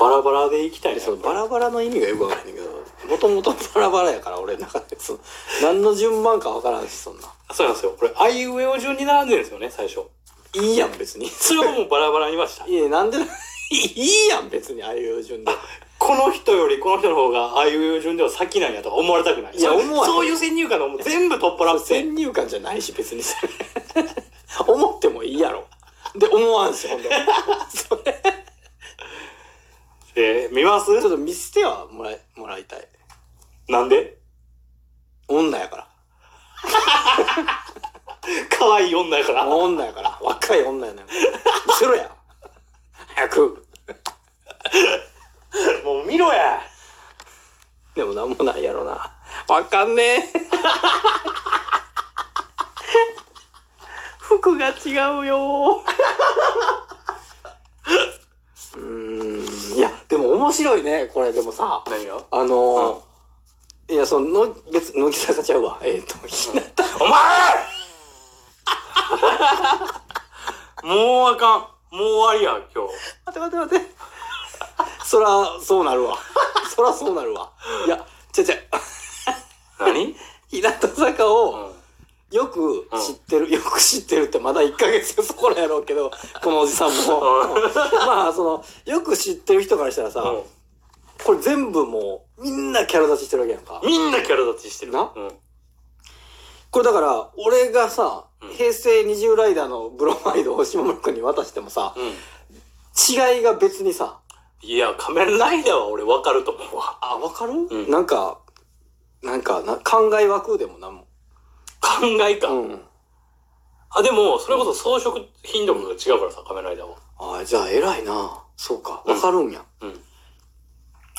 バラバラで行きたいでなそのバラバラの意味がよくわからへんけどもともとバラバラやから俺の中でその何の順番かわからんしそんなそうなんですよこれあいうえお順に並んでるんですよね最初いいやん別にそれはもうバラバラにいましたいやなんでいいやん別にああいう順でこの人よりこの人の方があいうえお順では先なんやとか思われたくないいやそう思わへんそういう先入観のもう全部取っ払って先入観じゃないし別にそれ思ってもいいやろで思わんしほんでそれえー見ますちょっと見捨てはもらいもらいたいなんで女やから可愛い女やから女やから若い女やねん見せろや早くもう見ろやでもなんもないやろなわかんねえ 服が違うようーんいやでも面白いねこれでもさ何があのーいやそのの別乃木坂ちゃうわえっ、とひなたお前もうあかんもう終わりや今日待って待って待ってそらそうなるわそらそうなるわいやちゃちゃ何日向坂をうんよく知ってる、よく知ってるってまだ1ヶ月そこらやろうけ どこのおじさんも まあそのよく知ってる人からしたらさ、うんこれ全部もうみんなキャラ立ちしてるわけやんかみんなキャラ立ちしてるなうんこれだから俺がさ、うん平成20ライダーのブロマイドを下村君に渡してもさうん違いが別にさいや、仮面ライダーは俺分かると思うわ。 あわかる、んなんかなんかな考え枠でもなんも考えか。うんあ、でも、それこそ装飾頻度が違うからさ、仮面ライダーは。あじゃあ偉いなそうかうんわかるんや、うん。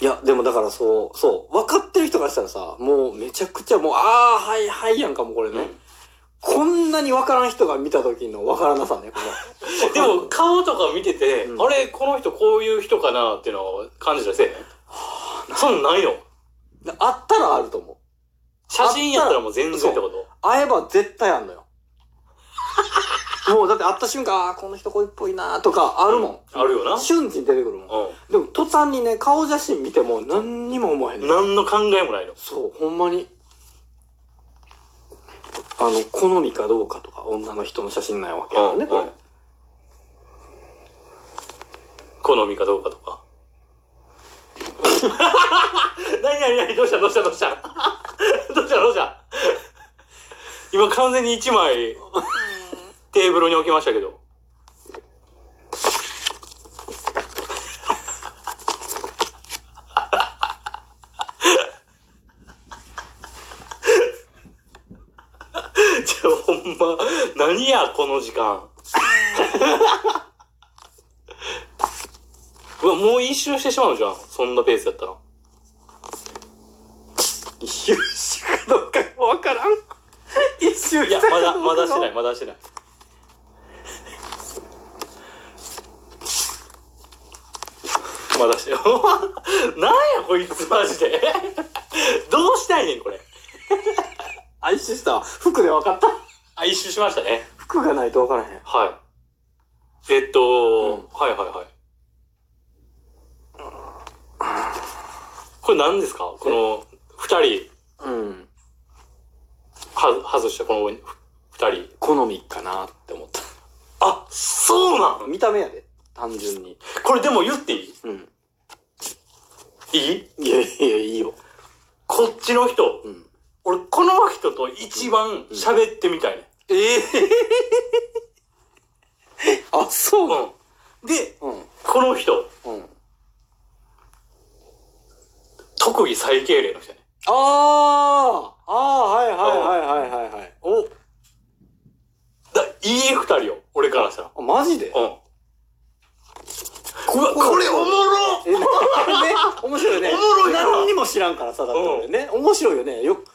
いや、でもだからそう、そう、分かってる人からしたらさ、もうめちゃくちゃもう、ああ、はい、はいやんかも、これね。こんなに分からん人が見た時の分からなさね、この。 でも、顔とか見てて、うんあれ、この人こういう人かなっていうのを感じたりせえへん。そんなんないのでも、あったらあると思う。写真やったらもう全然ってこと会えば絶対あんの よ。もうだって会った瞬間、ああー、この人恋っぽいなーとか、あるもあるよん。な。瞬時に出てくるもん。うでも、途端にね、顔写真見ても何にも思えへんねん。何んの考えもないの。そう、ほんまに。あの、好みかどうかとか、女の人の写真ないわけやもんね、これ。好みかどうかとか。 何何何どうしたどうしたどうした どうしたどうした今完全に1枚テーブルに置きましたけど。 じゃあほんま、何やこの時間。 うわ、もう一周してしまうじゃん。そんなペースだったら。一周しかどうかもわからん。一周いや、まだ、まだしてない、い。まだしてない。まだしてない。なんや、こい つ、マジで。 どうしたいねん、これ。あ、一周した。服でわかった。あ、一周しましたね。服がないとわからへん。はい。えっと、うんはいはいはい。これ何ですかこの、二人、うん。は、外した、このふ二人。好みかなって思った。あ、そうなの見た目やで。単純に。これでも言っていいうん。いいいやいや、いいよ。こっちの人、うん。俺この人と一番喋ってみたいね、ええあ、そううんでうん。この人うん。特技最敬礼の人やねああああはいはいはいはいはいはい。おだいい二人よ俺からしたらあ、マジでうんうわこれおもろえ、ね、面白いよね。おもろいな何にも知らんからさ、だって俺ね。面白いよね。よく、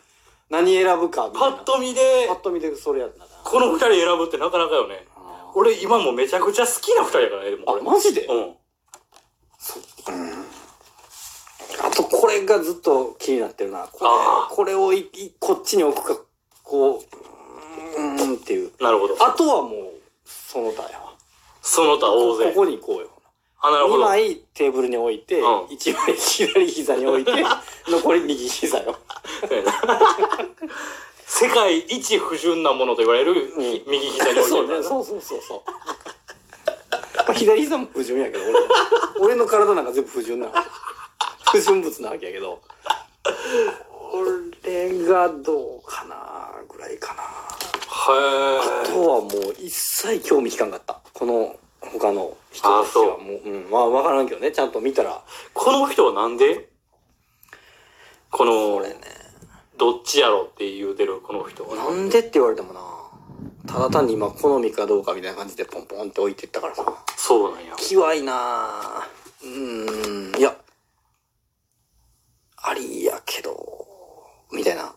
何選ぶかみたパいな。ッと見でパッと見てそれやったな。この二人選ぶってなかなかよねあ、俺今もうめちゃくちゃ好きな二人やからねでも俺マジでうんあとこれがずっと気になってるな。こあれこれをいいこっちに置くか、こう、うーんっていう。なるほどあとはもう、その他やわ。その他大こ勢ここに行こうよ。あ、なるほ2ど。はい枚テーブルに置いて、うん一1枚左膝に 置いて、残り右膝よ。 世界一不純なものと言われる、うんひ右膝に置いてそうるからね、な。そうそうそうそう。まあ、左膝も不純やけど、俺。俺の体なんか全部不純なわけ。不純物なわけやけど。俺がどうかなぐらいかな。あへとえ。はもう一切興味引かんかった。この他の人たちあそはうもう、うん、まあわからんけどね、ちゃんと見たら。この人はなんでこの、俺ね、どっちやろって言うてる、この人は。なんでって言われてもな。ただ単に今好みかどうかみたいな感じでポンポンって置いていったからさ。そうなんや。きわいなぁ。うーん、いや。ありやけど、みたいな。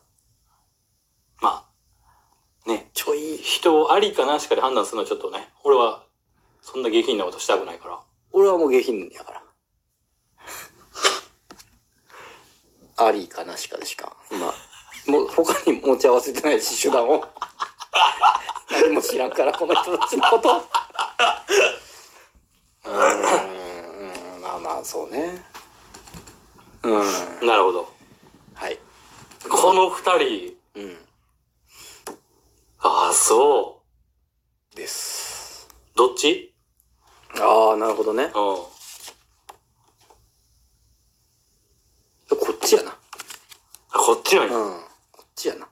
まあ、ね。ちょい、人をありかなしかで判断するのはちょっとね、俺は、そんな下品なことしたくないから。俺はもう下品やから。ありかなしかでしか、今。もう他に持ち合わせてないし、手段を。何も知らんから、この人たちのこと。うーん、うんまあまあ、そうね。うん、なるほど。はい。この二人、うん、ああ、そです。う。どっちああ、なるほどね。うん。こっちやな。あこっちなんうんや。。こっちやな。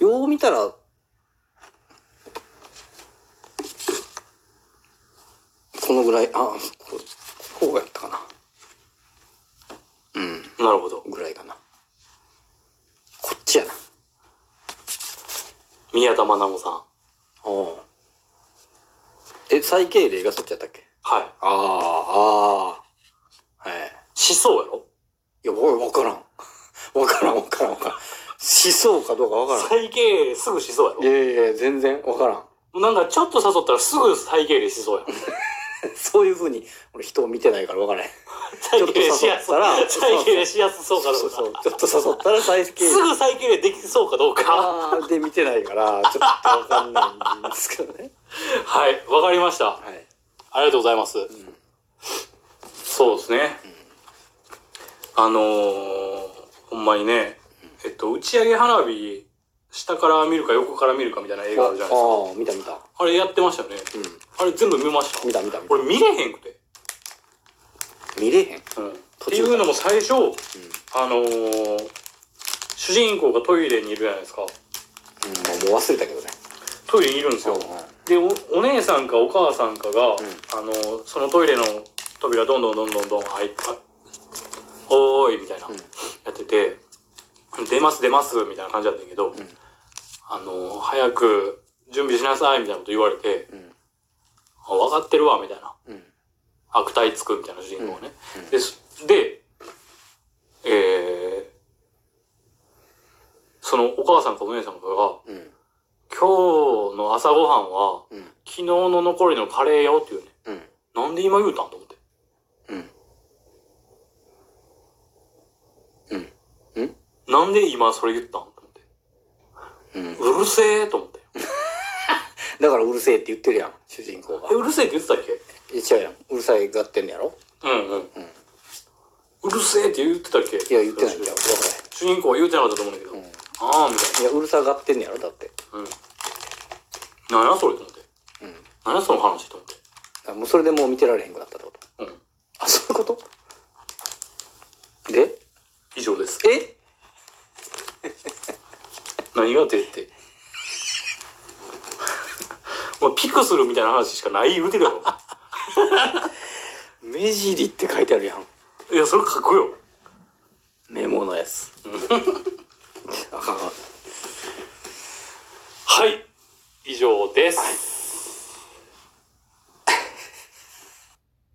よう見たら、このぐらい、ああ、ここうやったかな。うん、なるほど。ぐらいかな。こっちやな。宮田学さん。おうえ、最敬礼がそっちやったっけはい。ああ、ああ。はい。しそうやろいや、おい、わからん。わからん、わからん、わからん。思想かどうかわからん。再敬礼すぐしそういややいやいや、全然わからん。 ろなんかちょっと誘ったらすぐ再敬礼しそうやん。そういうふうに、俺人を見てないからわからへん。再敬礼しやす ちょっと誘ったら再敬礼しやすそうかどそううか。 そう。ちょっと誘ったら最近。すぐ再敬礼できそうかどうか。あーで見てないから、ちょっとわかんないんですけどね。はい。わかりました。はい。ありがとうございます。そうですね。あのー、ほんまにね、えっと、打ち上げ花火、下から見るか横から見るかみたいな映画あるじゃないですか。ああ、見た見た。あれやってましたよね。うあれ全部見ましたん。見。た見た見た。俺見れへんくて。見れへん。うん。っ途中ていうのも最初、あのー、主人公がトイレにいるじゃないですか。うん、もう忘れたけどね。トイレにいるんですよ。でおお姉さんかお母さんかが、あのそのトイレの扉どんどんどんどんどん開いて「おーい」みたいな、んやってて「出ます出ます」みたいな感じだったけど、あの早く準備しなさいみたいなこと言われてうん。 「あ分かってるわ」みたいなうん。悪態つくみたいな主人公がね、ですでえーそのお母さんかお姉さんかがうん。 「今日の朝ごはんはうん。昨日の残りのカレーよ」っていうねうん。なんで今言うたんと思って。うん。なんで今それ言ったんと思って。うん。うるせえと思って。だからうるせえって言ってるやん、主人公がえ、。うるせえって言ってたっけえ、違うやん。うるさいがってんのやろうんうん。うるせえって言ってたっけいや、言ってないんだよ。わからへん。主人公は言うてなかったと思うんだけど。ああ、みたいいや、うるさがってんねやろだって。な。なんやそれと思って。うん。なんやその話と思って。あもうそれでもう見てられへんくなったってことうん。あ、そういうことで以上です。え 何が出 て。もうピクするみたいな話しかない言うてるやろ。目尻って書いてあるやん。いや、それ書くよ。メモのやつ。あかんあかん。はい。以上です。